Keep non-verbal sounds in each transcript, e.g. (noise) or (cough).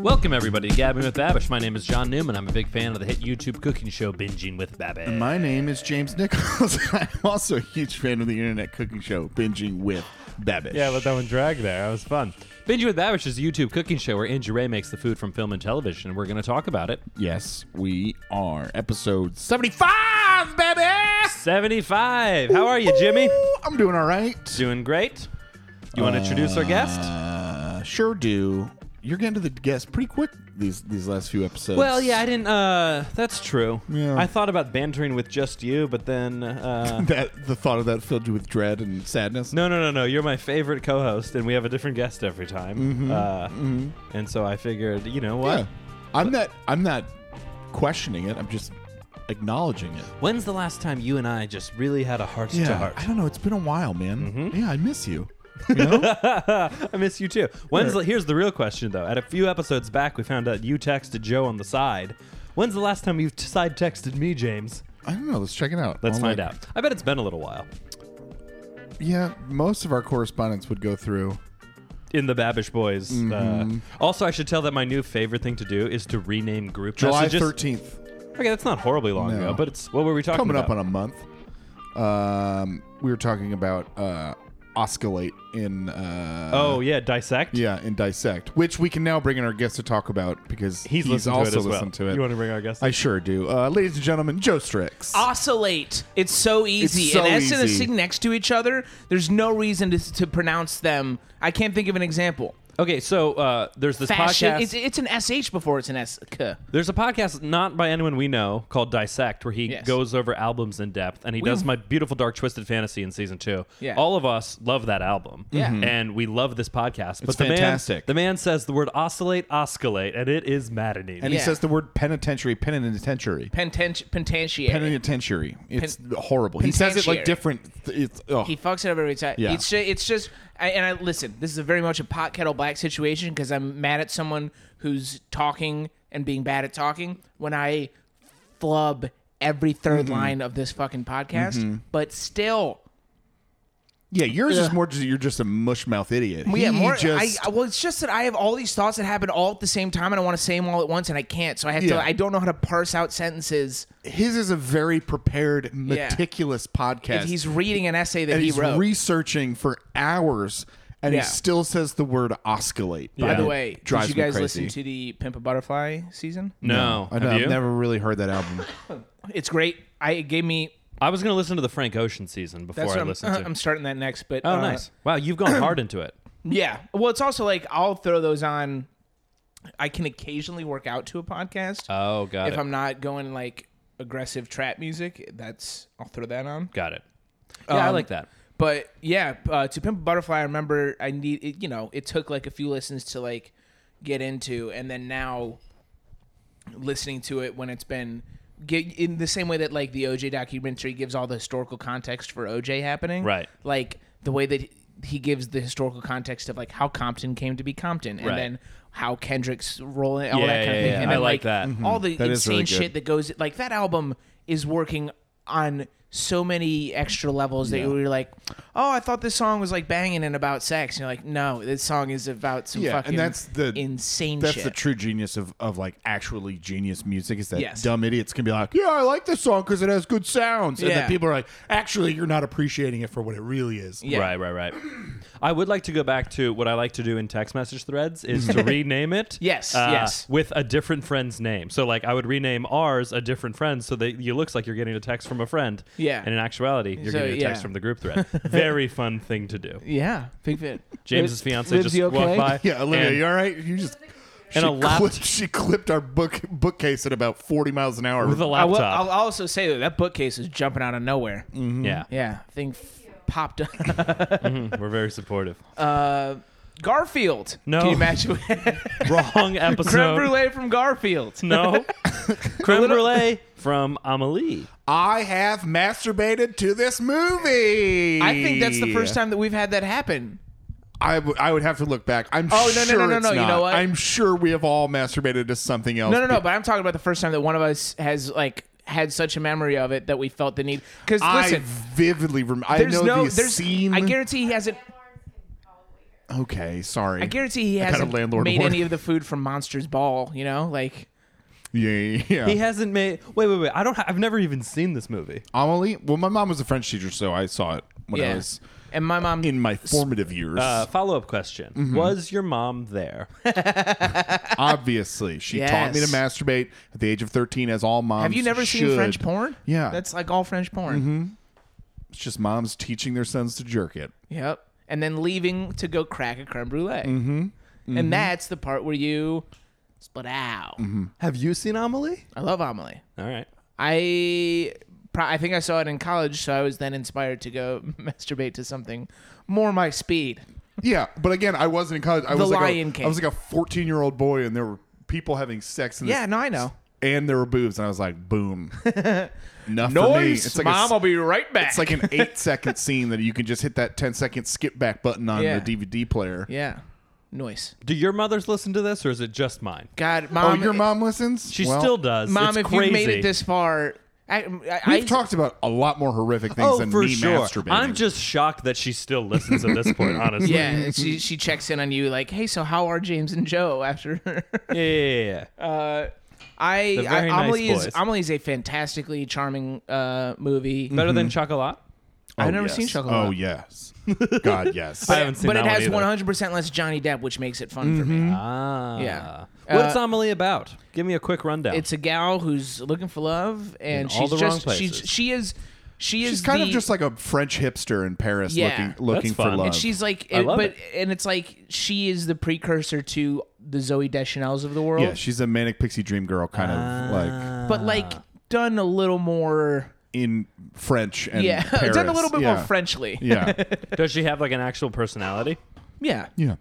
Welcome everybody to Gabbing with Babish. My name is John Newman. I'm a big fan of the hit YouTube cooking show Binging with Babish. My name is James Nichols. (laughs) I'm also a huge fan of the internet cooking show, Binging with Babish. Yeah, let that one drag there. That was fun. Binging with Babish is a YouTube cooking show where Angie Ray makes the food from film and television, and we're going to talk about it. yes, we are. Episode 75, baby! 75. How are you, Jimmy? Ooh, I'm doing all right. Doing great. You want to introduce our guest? Uh, sure do. You're getting to the guest pretty quick these these last few episodes. Well, yeah, I didn't. Uh, that's true. Yeah. I thought about bantering with just you, but then uh, That the thought of that filled you with dread and sadness. no, no, no, no. You're my favorite co-host, and we have a different guest every time. Uh, And so I figured, you know what? Mm-hmm. Yeah. I'm not. I'm not questioning it. I'm just acknowledging it. When's the last time you and I just really had a heart to heart? I don't know. It's been a while, man. Mm-hmm. Yeah, I miss you. You know? I miss you too. When's the, here's the real question though. At a few episodes back, we found out you texted Joe on the side. When's the last time you t- side texted me, James? I don't know. Let's check it out. Let's I'll, find like, out. I bet it's been a little while. Yeah, most of our correspondence would go through. In the Babish Boys. Mm-hmm. Uh, also, I should tell that my new favorite thing to do is to rename group July messages. 13th. Okay, that's not horribly long No. ago, but it's what were we talking Coming about? up on a month. Um, we were talking about uh, oscillate in. Uh, oh yeah, dissect. Yeah, in dissect, which we can now bring in our guest to talk about because he's, he's, listened also to it as well. listened to it. You want to bring our guest? I sure do. Uh, ladies and gentlemen, Joe Strix. Ah, oscillate. It's so easy. so and S and a easy. sig next to each other. There's no reason to, to pronounce them. I can't think of an example. okay, so uh, there's this Fashion. podcast. It's, it's an sh before it's an sk. There's a podcast not by anyone we know called Dissect where he Yes. goes over albums in depth and he does my beautiful dark twisted fantasy in season 2. Yeah. All of us love that album. Yeah. Mhm. And we love this podcast. But It's the man fantastic. the man says the word oscillate oscillate and it is maddening. and he Yeah. says the word penitentiary, penitentiary. Penten- Pententiary. Penitentiary. It's horrible. He says it like Penitentiary. different. It's oh. He fucks it up every time. Yeah. It's just, it's just I, and I listen. This is a very much a pot kettle black situation because I'm mad at someone who's talking and being bad at talking when I flub every 3rd Mm-hmm. line of this fucking podcast. But still, yeah, yours is more. Just, you're just a mush mouth idiot. Well, yeah, He more. just- I, well, it's just that I have all these thoughts that happen all at the same time, and I want to say them all at once, and I can't. So I have Yeah. to. I don't know how to parse out sentences. his is a very prepared, meticulous podcast. If he's reading an essay that and he he's wrote. researching for hours, and Yeah. he still says the word oscillate. By the Yeah. way, did drives you me guys crazy. listen to the Pimp a Butterfly season? no. I know, Have I've you? never really heard that (laughs) album. It's great. I it gave me. I was going to listen to the Frank Ocean season before That's I what I'm, listened to. (laughs) I'm starting that next. But oh uh, nice. Wow, you've gone hard into it. Yeah. Well, it's also like I'll throw those on. I can occasionally work out to a podcast Oh, got if it. I'm not going like aggressive trap music. That's I'll throw that on. got it. Yeah, I Um, like that. But yeah, uh, to Pimp a Butterfly, I remember I need it, you know it took like a few listens to like get into, and then now listening to it when it's been get, in the same way that like the OJ documentary gives all the historical context for OJ happening, Right. Like the way that he gives the historical context of like how Compton came to be Compton, and Right. then how Kendrick's role in all Yeah, that kind yeah, of thing, yeah. and I then like that. all the Mm, That is insane really good. shit that goes like that album is working on so many extra levels that you're like, oh, I thought this song was like banging and about sex. And you're like, no, this song is about some yeah, fucking and that's the insane That's shit. the true genius of, of like actually genius music is that Yes. dumb idiots can be like, yeah, I like this song because it has good sounds, and Yeah. then people are like, actually, you're not appreciating it for what it really is. Yeah. Right, right, right. I would like to go back to what I like to do in text message threads is (laughs) to rename it. uh, Yes, yes. With a different friend's name. So like I would rename ours a different friend so that you looks like you're getting a text from a friend. Yeah. And in actuality, you're So, getting a text yeah. from the group (laughs) thread. Very fun thing to do. yeah, big fit. (laughs) James's fiance Libs, just you walked okay? by. (laughs) Yeah, Olivia, and, you all right? You just and she a lap clipped, she clipped our book bookcase at about 40 miles an hour with a I laptop. will, I'll also say that that bookcase is jumping out of nowhere. Mm. yeah. Yeah, thing f- popped up. (laughs) We're very supportive. Uh, Garfield. No. Can you imagine? (laughs) Wrong Creme episode. brulee from Garfield. (laughs) no. Creme brulee from Amelie. I have masturbated to this movie. I think that's the first time that we've had that happen. I, w- I would have to look back. I'm Oh, no, no, sure no, no, it's no. You know not. what? I'm sure we have all masturbated to something else. No, no, no. But I'm talking about the first time that one of us has like had such a memory of it that we felt the need. Because I listen, vividly remember. I there's know no, the there's, scene. I guarantee he hasn't. Okay, sorry. I guarantee he got a hasn't landlord made warning. any of the food from Monsters Ball. You know, like Yeah, yeah, yeah. He hasn't made. Wait, wait, wait. I don't. Ha- I've never even seen this movie. Amelie. Well, my mom was a French teacher, so I saw it when yeah. I was and my mom, in my formative years. (laughs) Uh, Follow up question: Was your mom there? Obviously, she taught me to Yes. masturbate at the age of thirteen, as all moms. have you never should. seen French porn? Yeah. Mm-hmm. that's like all French porn. It's just moms teaching their sons to jerk it. Yep. And then leaving to go crack a creme brulee. Mm-hmm. And that's the part where you split out. Mm-hmm. Have you seen Amelie? I love Amelie. All right. I pro- I think I saw it in college, so I was then inspired to go (laughs) masturbate to something more my speed. Yeah, but again, I wasn't in college. I The was like Lion a, King. I was like a fourteen-year-old boy, and there were people having sex. In this, Yeah, no, I know. and there were boobs, and I was like, (laughs) boom. Enough for me. Noise, It's like a mom. s- i I'll be right back. it's like an eight-second scene that you can just hit that 10-second skip back button on Yeah. the DVD player. yeah, noise. Do your mothers listen to this, or is it just mine? God, Oh, mom. your mom listens. She Well, still does. mom, It's if crazy. you made it this far, I, I, I We've talked about a lot more horrific things oh than for me sure. masturbating. I'm just shocked that she still listens at this point. Honestly. Yeah, and she she checks in on you like, hey, so how are James and Joe (laughs) after? Yeah. yeah, yeah, yeah. Uh, I, They're I very nice Amelie is boys. Amelie is a fantastically charming uh, movie. Better than Chocolat. Oh, I've never seen Chocolate. Chocolat. Oh yes, God yes. (laughs) I haven't seen but that it one has either. 100% less Johnny Depp, which makes it fun for me. Ah. Yeah. What's Uh, Amelie about? Give me a quick rundown. It's a gal who's looking for love, and In she's all the wrong just she's places. she is she is She's kind of the- just like a French hipster in Paris, Yeah. looking looking That's for fun. love. And she's like I love but it. and it's like she is the precursor to the Zoe Deschanel's of the world, yeah, she's a manic pixie dream girl, kind Ah. of like but like Ah. done a little more in French and yeah, (laughs) Paris. done a little bit yeah. more Frenchly. Yeah, Does she have like an actual (laughs) personality? yeah. yeah.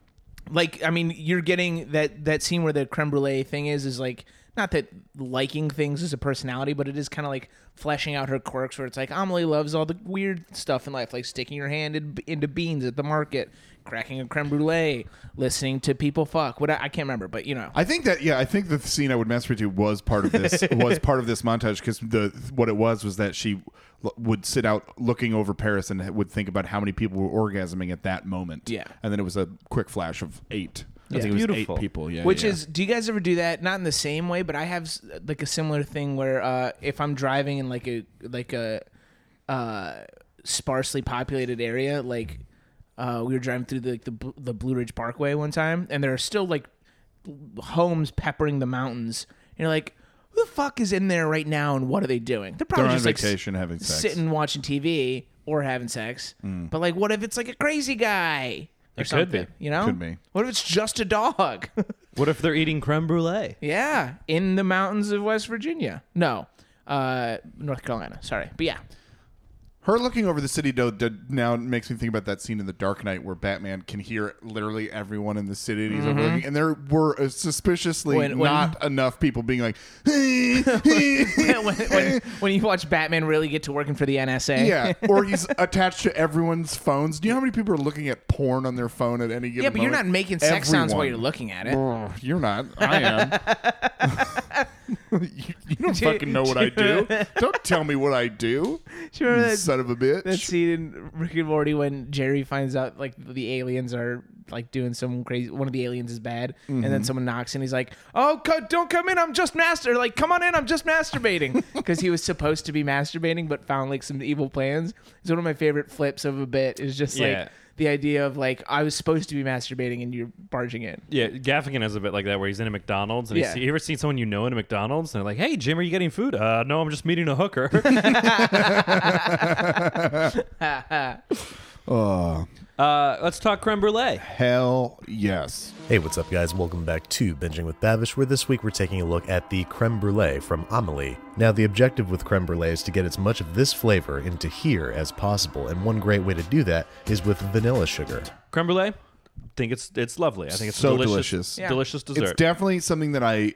like I mean, you're getting that that scene where the creme brulee thing is is like not that liking things is a personality, but it is kind of like fleshing out her quirks. Where it's like Amelie loves all the weird stuff in life, like sticking your hand in, into beans at the market, cracking a creme brulee, listening to people fuck. What I, I can't remember, but you know, I think that yeah, I think the scene I would masturbate to was part of (laughs) this was part of this montage because the what it was was that she l- would sit out looking over Paris and would think about how many people were orgasming at that moment. Yeah. and then it was a quick flash of eight. I That's think it was beautiful. eight people. Yeah, Which yeah. is, do you guys ever do that? Not in the same way, but I have s- like a similar thing where uh, if I'm driving in like a like a uh, sparsely populated area, like uh, we were driving through the, like the Bl- the Blue Ridge Parkway one time, and there are still like homes peppering the mountains. And you're like, who the fuck is in there right now, and what are they doing? They're they're probably on just like s- vacation having sex. Hmm. sitting watching TV or having sex. But like, what if it's like a crazy guy? Or It could something, be. you know. Could be. What if it's just a dog? (laughs) What if they're eating creme brulee? Yeah, in the mountains of West Virginia. No, uh, North Carolina. Sorry, but yeah, (laughs) Her looking over the city though did- now makes me think about that scene in The Dark Knight where Batman can hear literally everyone in the city and he's overlooking, and there were uh, suspiciously Mm-hmm. When- when- not enough people being (laughs) like, (laughs) yeah, when, when, when you watch Batman really get to working for the NSA. or he's attached to everyone's phones. Do you know how many people are looking at porn on their phone at any given? yeah, but you're not moment? making sex sounds while you're Everyone. looking at it. Ugh, You're not. I am. (laughs) you, (laughs) you don't fucking know what I do. Don't tell me what I do, Do you remember you that, son of a bitch. that scene in Rick and Morty when Jerry finds out like the aliens are like doing some crazy? One of the aliens is bad, and Mm-hmm. then someone knocks and he's like, "Oh, co- don't come in! I'm just master. Like, come on in! I'm (laughs) just masturbating." Because he was supposed to be masturbating, but found like some evil plans. It's one of my favorite flips of a bit. Is just Yeah. like the idea of like I was supposed to be masturbating and you're barging in. Yeah, Gaffigan has a bit like that where he's in a McDonald's and Yeah. he's, you ever seen someone you know in a McDonald's and they're like, "Hey, Jim, are you getting food?" Uh, no, I'm just meeting a (laughs) hooker. (laughs) oh, uh, let's talk creme brulee. hell yes. Hey, what's up, guys? Welcome back to Binging with Babish, where this week we're taking a look at the creme brulee from Amelie. Now, the objective with creme brulee is to get as much of this flavor into here as possible, and one great way to do that is with vanilla sugar. Creme brulee. Think it's it's lovely. I think it's So a delicious, delicious. Yeah. delicious dessert. It's definitely something that I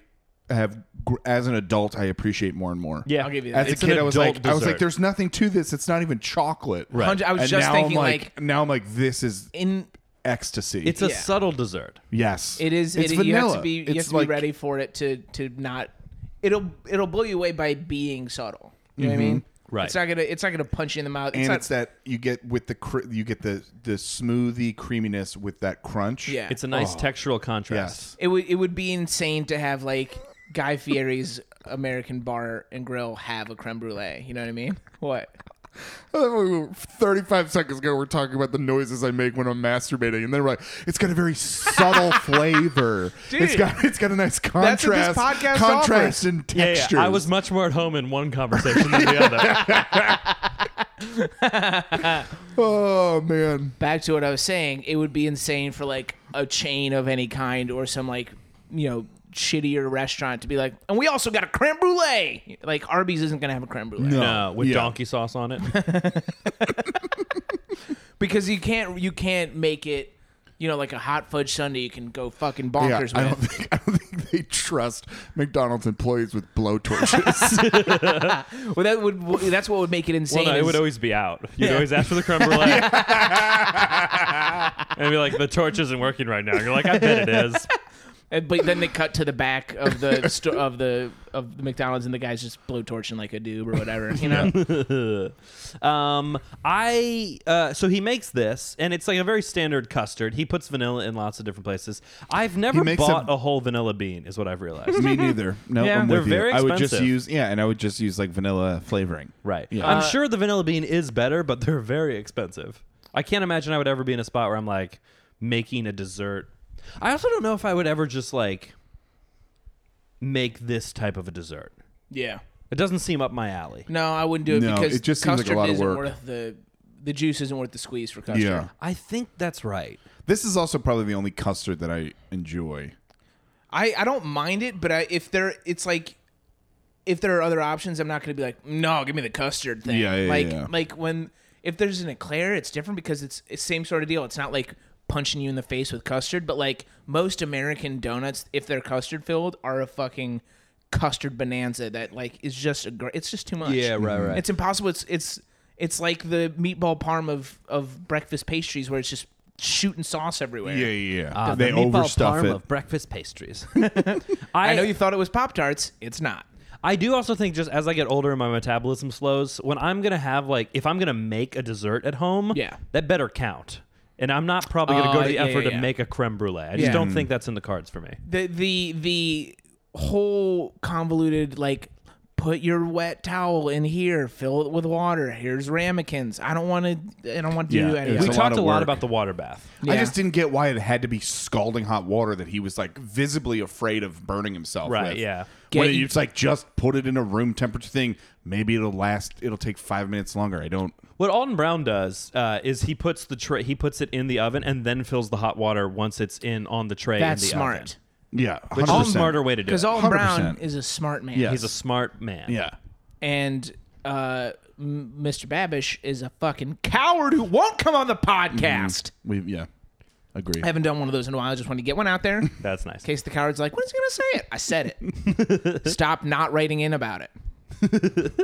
have, gr- as an adult, I appreciate more and more. yeah, I'll give you that. As It's a an kid, I was adult like, I was like, dessert. there's nothing to this. It's not even chocolate. Right. Hundred- I was and just now thinking, I'm like, now I'm like, this is In ecstasy. It's a Yeah. subtle dessert. yes. It is. It's it, vanilla. You have to be. You it's have to like, be ready Mm-hmm. for it to to not. It'll it'll blow you away by being subtle. You know what I mean? Right. It's not gonna. It's not gonna punch you in the mouth. and not, it's that you get with the cr- you get the the smoothie creaminess with that crunch. Yeah. It's a Oh. nice textural contrast. Yes. It would it would be insane to have like Guy Fieri's American Bar and Grill have a creme brulee. You know what I mean? What? Thirty-five seconds ago, we're talking about the noises I make when I'm masturbating, and then we're like, "It's got a very (laughs) subtle flavor. It's got it's got a nice what this contrast, podcast offers. contrast and Yeah, texture." I was much more at home in one conversation than the (laughs) other. oh man, Back to what I was saying. It would be insane for like a chain of any kind or some like you know shittier restaurant to be like, and we also got a creme brulee. Like Arby's isn't gonna have a creme brulee No, with Yeah. donkey sauce on it. because you can't you can't make it. You know, like a hot fudge sundae, you can go fucking yeah, bonkers I don't (laughs) with. think I don't think they trust McDonald's employees with blowtorches. Well, that would that's what would make it insane. Well, no, it is- would always be out. You'd always ask for the creme (laughs) brulee. and be like, the torch isn't working right now. And you're like, I bet it is. Uh, But then they cut to the back of the sto- of the of the McDonald's, and the guy's just blowtorching like a doob or whatever. You know, (laughs) um, I uh, so he makes this, and it's like a very standard custard. He puts vanilla in lots of different places. I've never makes bought a- a whole vanilla bean, is what I've realized. (laughs) Me neither. No, Yeah. I'm They're with you. very I would just expensive. use yeah, and I would just use like vanilla flavoring. Right. Yeah. I'm sure the vanilla bean is better, but they're very expensive. I can't imagine I would ever be in a spot where I'm like making a dessert. I also don't know if I would ever just like make this type of a dessert. yeah. It doesn't seem up my alley. No, I wouldn't do it No, because it just seems like a custard lot of isn't work. worth the the juice isn't worth the squeeze for custard. Yeah. I think that's right. This is also probably the only custard that I enjoy. I I don't mind it, but I, if there it's like if there are other options, I'm not going to be like, no, give me the custard thing. Yeah, yeah, like yeah. like when if there's an eclair, it's different because it's it's same sort of deal. It's not like punching you in the face with custard, but like most American donuts, if they're custard filled, are a fucking custard bonanza that like is just a gr- it's just too much. Yeah, Mm-hmm. right, right. It's impossible. It's it's it's like the meatball parm of of breakfast pastries where it's just shooting sauce everywhere. Yeah, yeah, yeah. Uh, they the meatball overstuff parm it. of breakfast (laughs) (laughs) pastries. I know you thought it was Pop Tarts. It's not. I do also think just as I get older and my metabolism slows, when I'm gonna have like if I'm gonna make a dessert at home, Yeah. that better count. And I'm not probably gonna go Uh, to the yeah, effort yeah, yeah. to make a creme brulee. I just Yeah. don't Mm. think that's in the cards for me. the the the whole convoluted like put your wet towel in here fill it with water here's ramekins i don't want to i don't want to Yeah, do any of it's we a that. lot talked of a lot work. about the water bath. I Yeah. just didn't get why it had to be scalding hot water that he was like visibly afraid of burning himself. Right, with. yeah. When Yeah, you- it's like just put it in a room temperature thing, maybe it'll last. It'll take five minutes longer. I don't. What Alton Brown does uh, is he puts the tray, he puts it in the oven and then fills the hot water once it's in on the tray. that's in the smart Yeah, Oven. Which is a 100%. smarter way to do because it. Alton brown 100%. is a smart man Yeah. He's a smart man. Yeah, and uh M- mr babish is a fucking coward who won't come on the podcast we yeah, agree. i haven't done one of those in a while i just want to get one (laughs) out there in that's nice. case the coward's like when's he gonna say it i said (laughs) it stop not writing in about it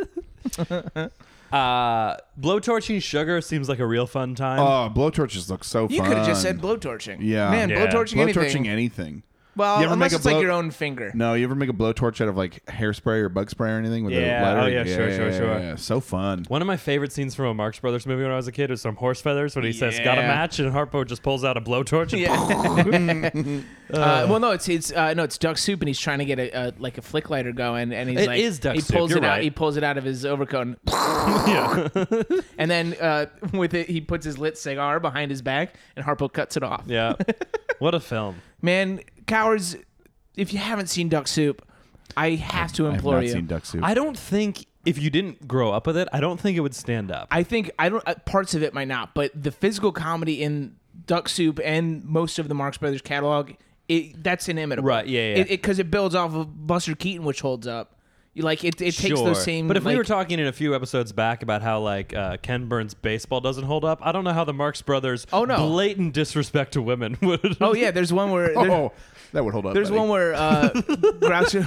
Uh, blowtorching sugar seems like a real fun time. Oh, blowtorches look so fun. You could have just said blowtorching. Yeah. man, Yeah. blowtorching, anything. blowtorching anything. well, You ever unless make a it's blow- like your own finger. No, you ever make a blowtorch out of like hairspray or bug spray or anything with Yeah, a lighter? oh, yeah, sure, sure, sure. So fun. One of my favorite scenes from a Marx Brothers movie when I was a kid is from Horse Feathers when he says, "Got a Yeah. match," and Harpo just pulls out a blowtorch. (laughs) And (laughs) Uh, well, no, it's it's uh, no, it's duck soup, and he's trying to get a, a like a flick lighter going, and he's It like, is Duck he Soup, pulls you're it out, right. he pulls it out of his overcoat, and, (laughs) and then uh, (laughs) with it, he puts his lit cigar behind his back, and Harpo cuts it off. yeah, what a film! Man, cowards! If you haven't seen Duck Soup, I have to I have implore not you. seen duck soup. I don't think if you didn't grow up with it, I don't think it would stand up. I think I don't uh, parts of it might not, but the physical comedy in Duck Soup and most of the Marx Brothers catalog, it that's inimitable. Right, yeah, yeah. It because it, builds off of Buster Keaton, which holds up. You like it? It takes sure. those same. but if we like- were talking in a few episodes back about how like uh, Ken Burns baseball doesn't hold up, I don't know how the Marx Brothers Oh, no. blatant disrespect to women (laughs) would. oh yeah, there's one where there- oh, that would hold up. there's buddy. one where uh, Groucho,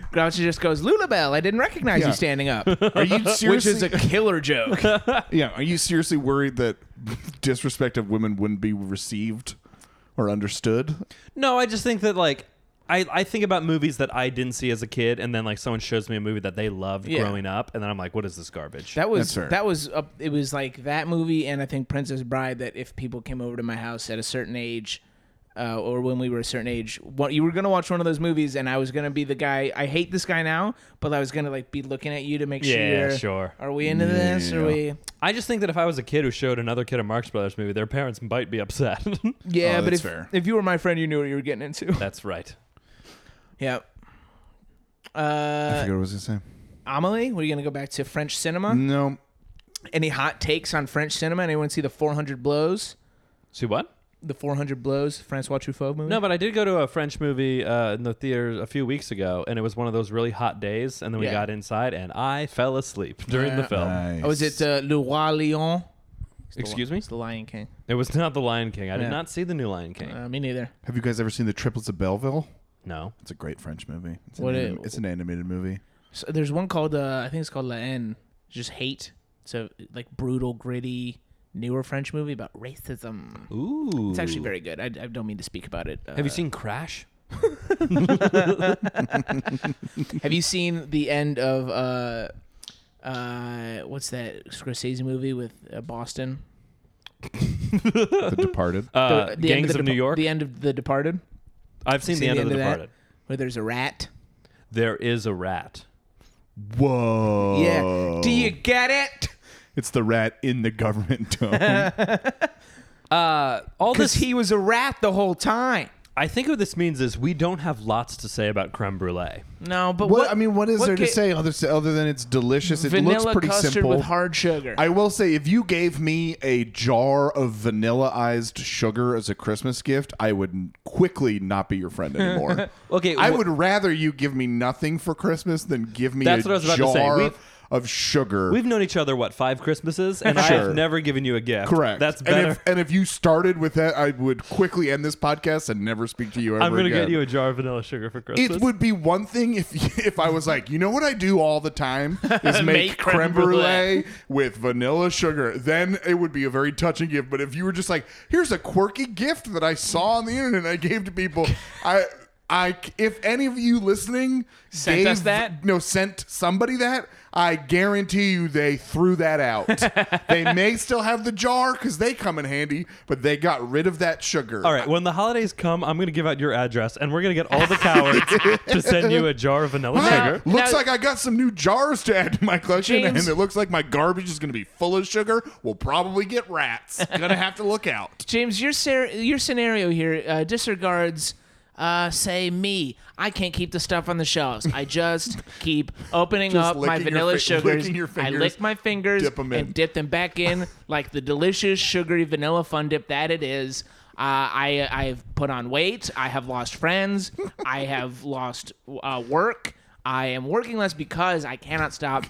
(laughs) Groucho just goes Lulabelle, I didn't recognize Yeah. you (laughs) standing up, Are you seriously? which is a killer joke. yeah. Are you seriously worried that (laughs) disrespect of women wouldn't be received or understood? No, I just think that like I, I think about movies that I didn't see as a kid, and then like someone shows me a movie that they loved Yeah. growing up, and then I'm like, what is this garbage? That was That's fair. that was up it was like that movie and I think Princess Bride that if people came over to my house at a certain age uh, or when we were a certain age, what you were gonna watch one of those movies and I was gonna be the guy. I hate this guy now, but I was gonna like be looking at you to make Yeah, sure. sure. Are we into this? Are we? I just think that if I was a kid who showed another kid a Marx Brothers movie, their parents might be upset. (laughs) Yeah, Oh, but that's if fair. if you were my friend, you knew what you were getting into. (laughs) That's right. yeah. I Uh, forget what I was gonna say. Amelie, we're gonna go back to French cinema. No, Any hot takes on French cinema? Anyone see the 400 Blows? See what? The 400 Blows, Francois Truffaut movie. No, but I did go to a French movie uh, in the theater a few weeks ago, and it was one of those really hot days. And then we Yeah. got inside, and I fell asleep (laughs) during the Yeah. film. Nice. Oh, is it uh, Le Roi Lion? Excuse me? It's The Lion King. It was not The Lion King. I did Yeah. not see the new Lion King. Uh, me neither. Have you guys ever seen the Triplets of Belleville? no. It's a great French movie. It's, What an, it- anim- it's an animated movie. So there's one called uh, I think it's called La Haine. It's just hate. So like brutal, gritty, newer French movie about racism. Ooh. It's actually very good. I, I don't mean to speak about it. Uh, Have you seen Crash? Uh, Have you seen the end of uh, uh, what's that Scorsese movie with uh, Boston? The (laughs) Departed. Uh, The- the end Gangs the of New Depa- York. The end of The Departed, I've seen, seen the end of The that? Departed. where there's a rat. There is a rat. Whoa. Yeah. Do Oh. you get it? It's the rat in the government (laughs) dome. Uh, all Because this, he was a rat the whole time. I think what this means is we don't have lots to say about creme brulee. No, but what I mean, what is there ca- to say other other than it's delicious? It vanilla looks pretty custard simple. with hard sugar. I will say, if you gave me a jar of vanillaized sugar as a Christmas gift, I would quickly not be (laughs) your friend anymore. Okay, I wh- would rather you give me nothing for Christmas than give me That's a what I was about to jar say. We've- of sugar. We've known each other what five Christmases, and I Sure. have never given you a gift. Correct. That's And better. if, and if you started with that, I would quickly end this podcast and never speak to you ever I'm gonna again. get you a jar of vanilla sugar for Christmas. it would be one thing if (laughs) if I was like, you know what I do all the time is make, creme, creme brulee with vanilla sugar. Then it would be a very touching gift. But if you were just like, here's a quirky gift that I saw on the internet and I gave to people, I. I, if any of you listening Sent gave, us that? no, sent somebody that, I guarantee you they threw that out. they may still have the jar because they come in handy, but they got rid of that sugar. All right, when the holidays come, I'm gonna give out your address, and we're gonna get all the cowards to send you a jar of vanilla Hey, sugar. Looks Now- like I got some new jars to add to my collection, and James- it looks like my garbage is going to be full of sugar. We'll probably get (laughs) rats. Gonna have to look out. James, your ser- your scenario here uh, disregards. Uh, say me. I can't keep the stuff on the shelves. (laughs) I just keep opening Just up my licking your vanilla fi- sugars. licking your I fingers, lick my fingers dip 'em in. and dip them (laughs) back in like the delicious sugary vanilla fun dip that it is. Uh, I I've put on weight. I have (laughs) lost friends. I have lost uh, work. I am working less because I cannot (laughs) stop.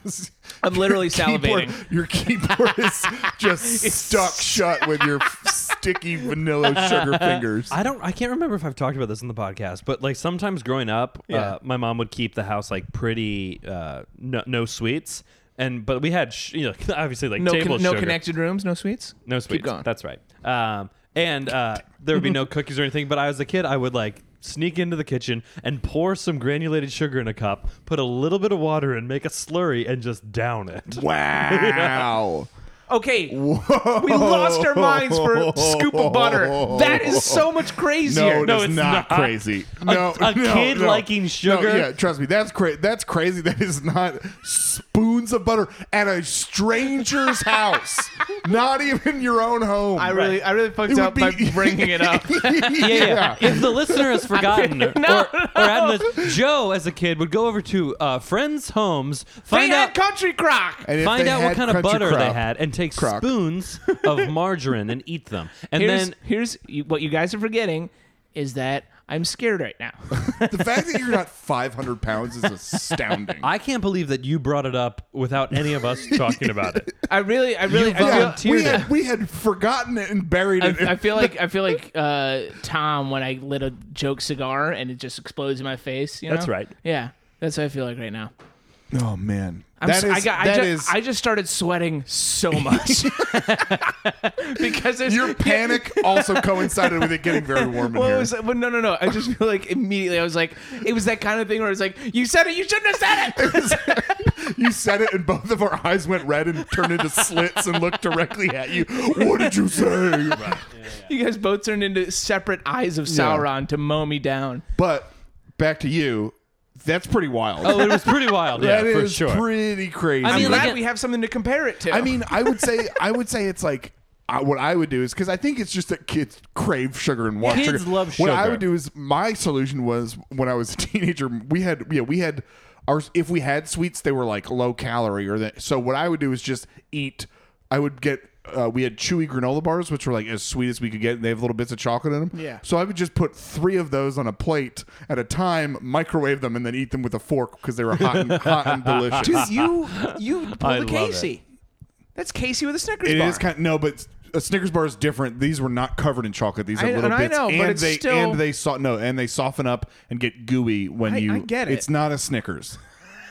I'm literally salivating. Keyboard- your keyboard (laughs) is just stuck shut with your f- sticky vanilla sugar fingers. I don't. I can't remember if I've talked about this in the podcast, but like sometimes growing up, uh, my mom would keep the house like pretty, uh, no, no sweets, and but we had sh- you know (laughs) obviously like No, table con- no sugar. connected rooms, no suites. No sweets. going. That's right. Um, and uh, there would be no cookies or anything. But I was a kid. I would like sneak into the kitchen and pour some granulated sugar in a cup, put a little bit of water in, make a slurry, and just down it. Wow. Okay, (laughs) we lost our minds for a scoop of butter. That is (laughs) so much crazier. No, No, that's it's not, not. crazy. A- No, a no, kid no. liking No, sugar? yeah, trust me. That's cra- That's crazy. (laughs) That is not spoons of butter at a (laughs) stranger's house. Not even your own home. (laughs) I really, I really fucked It would up by be- bringing (laughs) it up. yeah. (laughs) If the listener has forgotten or, or hadn't lis- Joe as a kid would go over to uh, friends' homes, they find had out country crock. And if find they out what had kind of Crunchy butter they Crop- had, and take Crock. spoons of margarine and eat them. And Here's, then here's you- what you guys are forgetting is that I'm scared right (laughs) now. The fact that you're not 500 pounds is astounding. (laughs) I can't believe that you brought it up without any of us talking about it. I really, I really, I feel, yeah, we volunteered had, it. we had forgotten it and buried it. I, (laughs) I feel like, I feel like uh, Tom when I lit a joke cigar and it just explodes in my face. You know? That's right. Yeah, that's how I feel like right now. Oh man, I'm That so- I, is- got, I, that just, is- I just started sweating (laughs) so much (laughs) because (laughs) there's (laughs) your panic also coincided with it getting very warm in Well, here. it was well, no, no, no. I just feel like immediately I was like, it was that kind of thing where it's like, you said it, you shouldn't have said (laughs) it. (laughs) you said it, and both of our eyes went red and turned into slits and looked directly at you. What did you say? You guys both turned into separate eyes of Sauron to mow me down. But back to you. That's pretty wild. Oh, it was pretty wild. Yeah, that is for sure. pretty crazy. I I'm mean, like glad it- we have something to compare it to. I (laughs) mean, I would say I would say it's like I, what I would do is because I think it's just that kids crave sugar and want Kids sugar. love What I sugar. would do is my solution was when I was a teenager, we had yeah we had our if we had sweets they were like low calorie or that. So what I would do is just eat. I would get. Uh, we had chewy granola bars, which were like as sweet as we could get, and they have little bits of chocolate in them. Yeah. So I would just put three of those on a plate at a time, microwave them, and then eat them with a fork because they were hot and, (laughs) hot and delicious. dude, you you (laughs) pulled I a love Casey. That's Casey with a Snickers It bar. is kind no, but a Snickers bar is different. These were not covered in chocolate. These are I- little and I bits, know, but and it's they still- and they so, no, and they soften up and get gooey when I- you I get it. It's not a Snickers.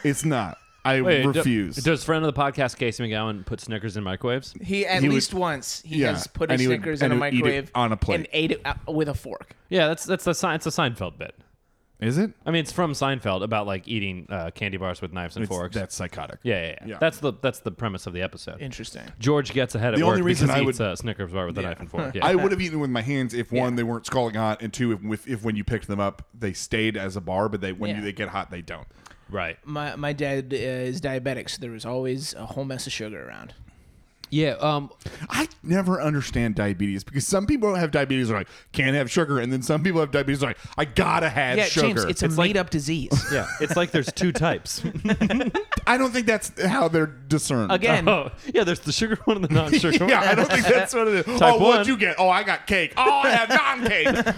It's not. I Wait, do- refuse. does friend of the podcast Casey McGowan put Snickers in microwaves? he at he would- least once he Yeah, has put a and he would- Snickers and in a he would eat it microwave on a plate. and ate it out with a fork. Yeah, that's that's the Sein- it's a Seinfeld bit. is it? I mean, it's from Seinfeld about like eating uh, candy bars with knives and It's- forks. That's psychotic. yeah, yeah, yeah, Yeah. That's the that's the premise of the episode. Interesting. George gets ahead at The work only reason because I he eats would- a Snickers bar with a knife and (laughs) fork. Yeah. I would have eaten with my hands if one they weren't scalding hot, and two if, if, if when you picked them up they stayed as a bar, but they when Yeah. you, they get hot they don't. (laughs) right. My my dad uh, is diabetic, so there was always a whole mess of sugar around. Yeah. Um. I never understand diabetes because some people have diabetes are like can't have sugar, and then some people have diabetes are like I gotta have yeah, sugar. James, it's a It's like- made up (laughs) disease. Yeah. It's like there's two (laughs) types. (laughs) I don't think that's how they're discerned. Again, oh, yeah. There's the sugar one and the non-sugar one. (laughs) Yeah, I don't think that's (laughs) what it is. Type oh, what'd one. you get? Oh, I got cake. Oh, (laughs) I had non-cake.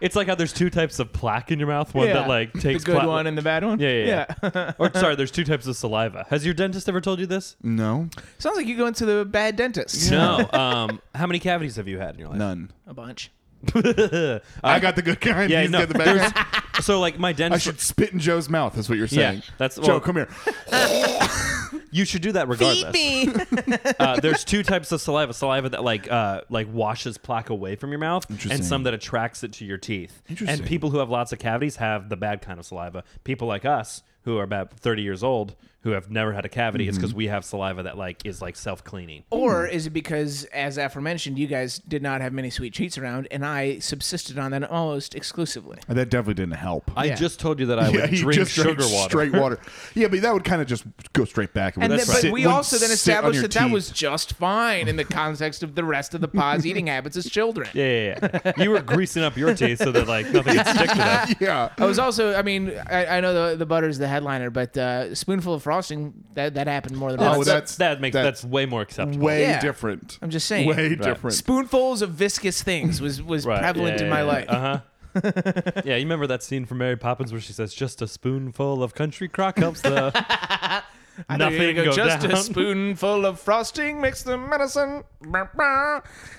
It's like how there's two types of plaque in your mouth. One Yeah. that like takes the good pla- one and the bad one. Yeah, yeah, yeah. or sorry, there's two types of saliva. Has your dentist ever told you this? No, (laughs) Sounds like you go into the bad dentist. No. Um. How many cavities have you had in your life? none. A bunch. (laughs) I got the good kind. Yeah, He's no, got the bad kind. So like my I dentist. should spit in Joe's mouth. Is what you're Yeah, saying. that's- Joe. well- (laughs) come here. You should do that regardless. me. (laughs) uh, there's two types of saliva: saliva that like uh, like washes plaque away from your mouth, Interesting. and some that attracts it to your teeth. Interesting. And people who have lots of cavities have the bad kind of saliva. People like us who are about 30 years old who have never had a cavity, it's because we have saliva that like is like self cleaning. (laughs) Or is it because, as aforementioned, you guys did not have many sweet treats around, and I subsisted on that almost exclusively? That definitely didn't help. I Yeah. just told you that (laughs) I yeah, would he drink just sugar drank water. straight water. Yeah, but that would kind of just go straight back. It And would then, sit- but we would also then sit on established your that that teeth. was just fine in the context of the rest of (laughs) the pod's eating habits as children. (laughs) Yeah, yeah, yeah. you were greasing up your teeth so that like nothing would stick to (laughs) them. (laughs) Yeah. I was also, I mean, I, I know the, the butter's the headliner, but uh, spoonful of frosting, that, that happened more than Oh, once. that- that's- that makes that's that's way more acceptable. Way Yeah. different. I'm just saying. Way different. Spoonfuls of viscous things was, was Right, prevalent yeah, in my yeah, life. Uh (laughs) huh. yeah, you remember that scene from Mary Poppins where she says, "Just a spoonful of country crock helps the (laughs) I thought you were nothing gonna go, just down." (laughs) a spoonful of frosting makes the medicine.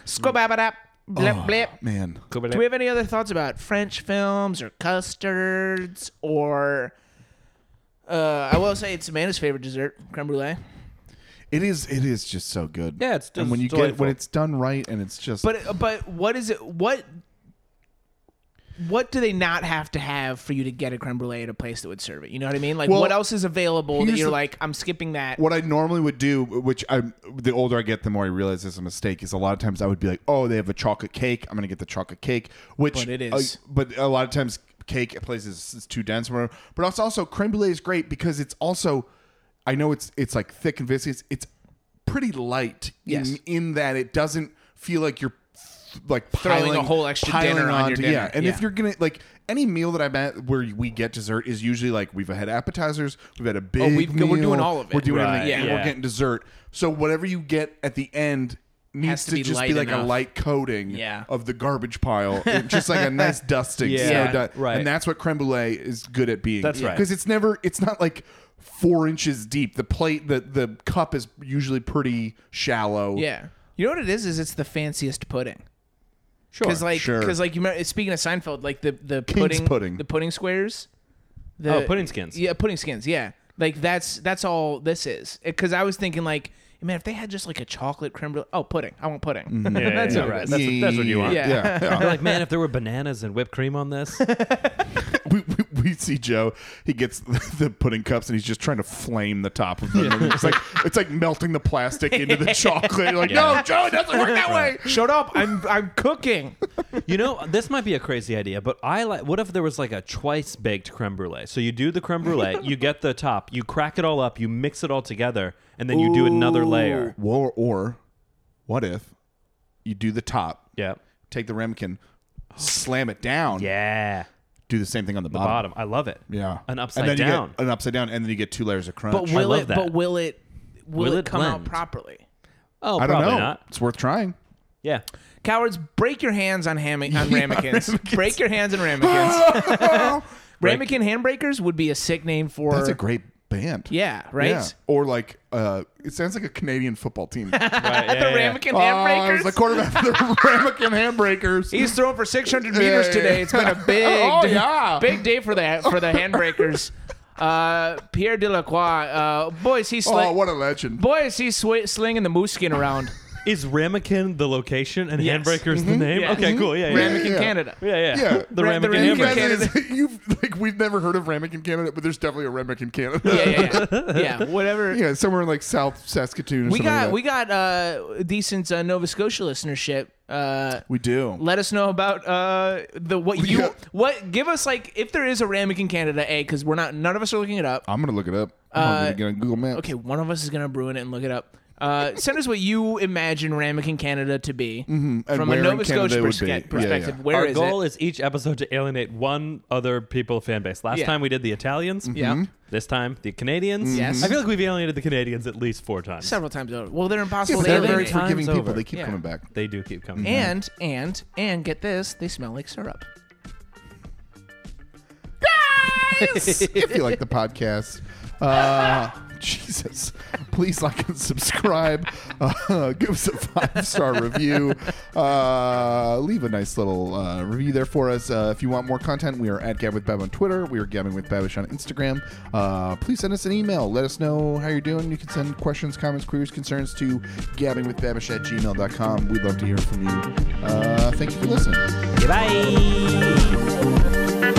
Scobabadap. Blip, blip. Man. Do we have any other thoughts about French films or custards or? Uh, I will say it's Amanda's favorite dessert, creme brulee. It is. It is just so good. Yeah, it's and when just you get delightful. when it's done right and it's just. But but what is it? What what do they not have to have for you to get a creme brulee at a place that would serve it? You know what I mean? Like Well, what else is available that here's you're the- like I'm skipping that? what I normally would do, which I the older I get, the more I realize it's a mistake. Is a lot of times I would be like, "Oh, they have a chocolate cake. I'm gonna get the chocolate cake," which But it is. uh, but a lot of times cake at places is too dense. Or whatever. But it's also creme brulee is great because it's also, I know it's it's like thick and viscous. It's pretty light Yes. in in that it doesn't feel like you're like Throwing a piling- whole extra piling dinner on your onto- dinner. Yeah, and if Yeah. you're gonna like any meal that I'm at where we get dessert is usually like we've had appetizers, we've had a big Oh, we've go- meal, we're doing all of it. we're doing Right, everything, and yeah. we're getting dessert. So whatever you get at the end needs Has to, to be just be light like a enough. light coating Yeah. of the garbage pile, It- (laughs) just like a nice dusting. Yeah, snow dust. right. And that's what creme brulee is good at being. That's right. because it's never, it's not like. Four inches deep. The plate, the the cup is usually pretty shallow. Yeah. You know what it is? Is it's the fanciest pudding. Sure. Because like, Sure. because like you remember, speaking of Seinfeld, like the the King's pudding, pudding. the pudding squares. The, Oh, pudding skins. Yeah, pudding skins. Yeah. Like that's that's all this is. Because I was thinking like, man, if they had just like a chocolate creme brulee. Oh, pudding. I want pudding. (laughs) Yeah, that's yeah, what it right. is. That's, what, that's what you want. Yeah. (laughs) You're like, man, if there were bananas and whipped cream on this, we, we, we see Joe. He gets (laughs) the pudding cups and he's just trying to flame the top of them. And It's like it's like melting the plastic into (laughs) the chocolate. Like no, Joe, it doesn't work (laughs) that way. Shut up! I'm I'm cooking. you know, this might be a crazy idea, but I like. What if there was like a twice baked creme brulee? So you do the creme brulee, (laughs) you get the top, you crack it all up, you mix it all together, and then you do another layer. Or or what if you do the top? Yeah. Take the ramekin, slam it down. Yeah. Do the same thing on Um, the, bottom. Bottom. I love it. Yeah. An upside and then you down. Get an upside down, and then you get two layers of crunch. But will love it? that. But will it? Will, Will it, it come out blend? properly? Oh, I don't probably know. not. It's worth trying. Yeah. Cowards, break your hands on ham- (laughs) on ramekins. Break your hands on ramekins. Ramekin handbreakers would be a sick name for. That's a great band. Yeah. Right. Yeah. Or like, uh, it sounds like a Canadian (laughs) football team. Right, (laughs) yeah, The yeah, yeah. ramekin Oh, handbreakers. it's the quarterback for the (laughs) Ramekin Handbreakers. He's thrown for 600 meters yeah, today. yeah. It's been a big, (laughs) Oh, day, yeah. big day for the for (laughs) the handbreakers. Uh, Pierre Delacroix, uh, boys, he's oh, sli- what a legend. boys, he's swi slinging the moose skin around. Is Ramekin the location and Yes. Handbreaker's the name? Yeah. Okay, cool. Yeah, yeah. (laughs) Ramekin, yeah. Canada. yeah, Mm-hmm. yeah. Yeah. (laughs) The Ra- the Ramekin Ramekin Handbreaker. Canada. That is- (laughs) you've like we've never heard of Ramekin Canada, but there's definitely a Ramekin Canada. Yeah, yeah, yeah. yeah whatever. (laughs) Yeah, somewhere in like South Saskatoon. Or we something got like we got uh, decent uh, Nova Scotia listenership. Uh, we do. let us know about uh, the what you Yeah. what give us like if there is a ramekin Canada a because we're not none of us are looking it up. I'm gonna look it up. I'm gonna get on Google Maps. Uh, Okay, one of us is gonna ruin it and look it up. Uh, send us what you imagine Ramekin Canada to be from Mm-hmm. where a in Nova Canada Scotia it would persca- be. Yeah, perspective. yeah. Where Our is goal it? is each episode to alienate one other people fan base. Last Yeah. time we did the Italians. Yeah. Mhm. This time the Canadians. Yes. I feel like we've alienated the Canadians at least four times. Several times over. Well, they're Yeah, impossible but to they're they- very they- eliminate. time's forgiving people. over. They keep Yeah. coming back. They do keep coming. back. And and and get this, they smell like syrup. if you like the podcast, uh, (laughs) Jesus, please like and subscribe. Uh, give us a five star review. Uh, leave a nice little uh, review there for us. Uh, if you want more content, we are at Gab with Bab on Twitter. We are Gabbing with Babish on Instagram. Uh, please send us an email. Let us know how you're doing. You can send questions, comments, queries, concerns to gabbingwithbabish at gmail.com. We'd love to hear from you. Uh, thank you for listening. Goodbye.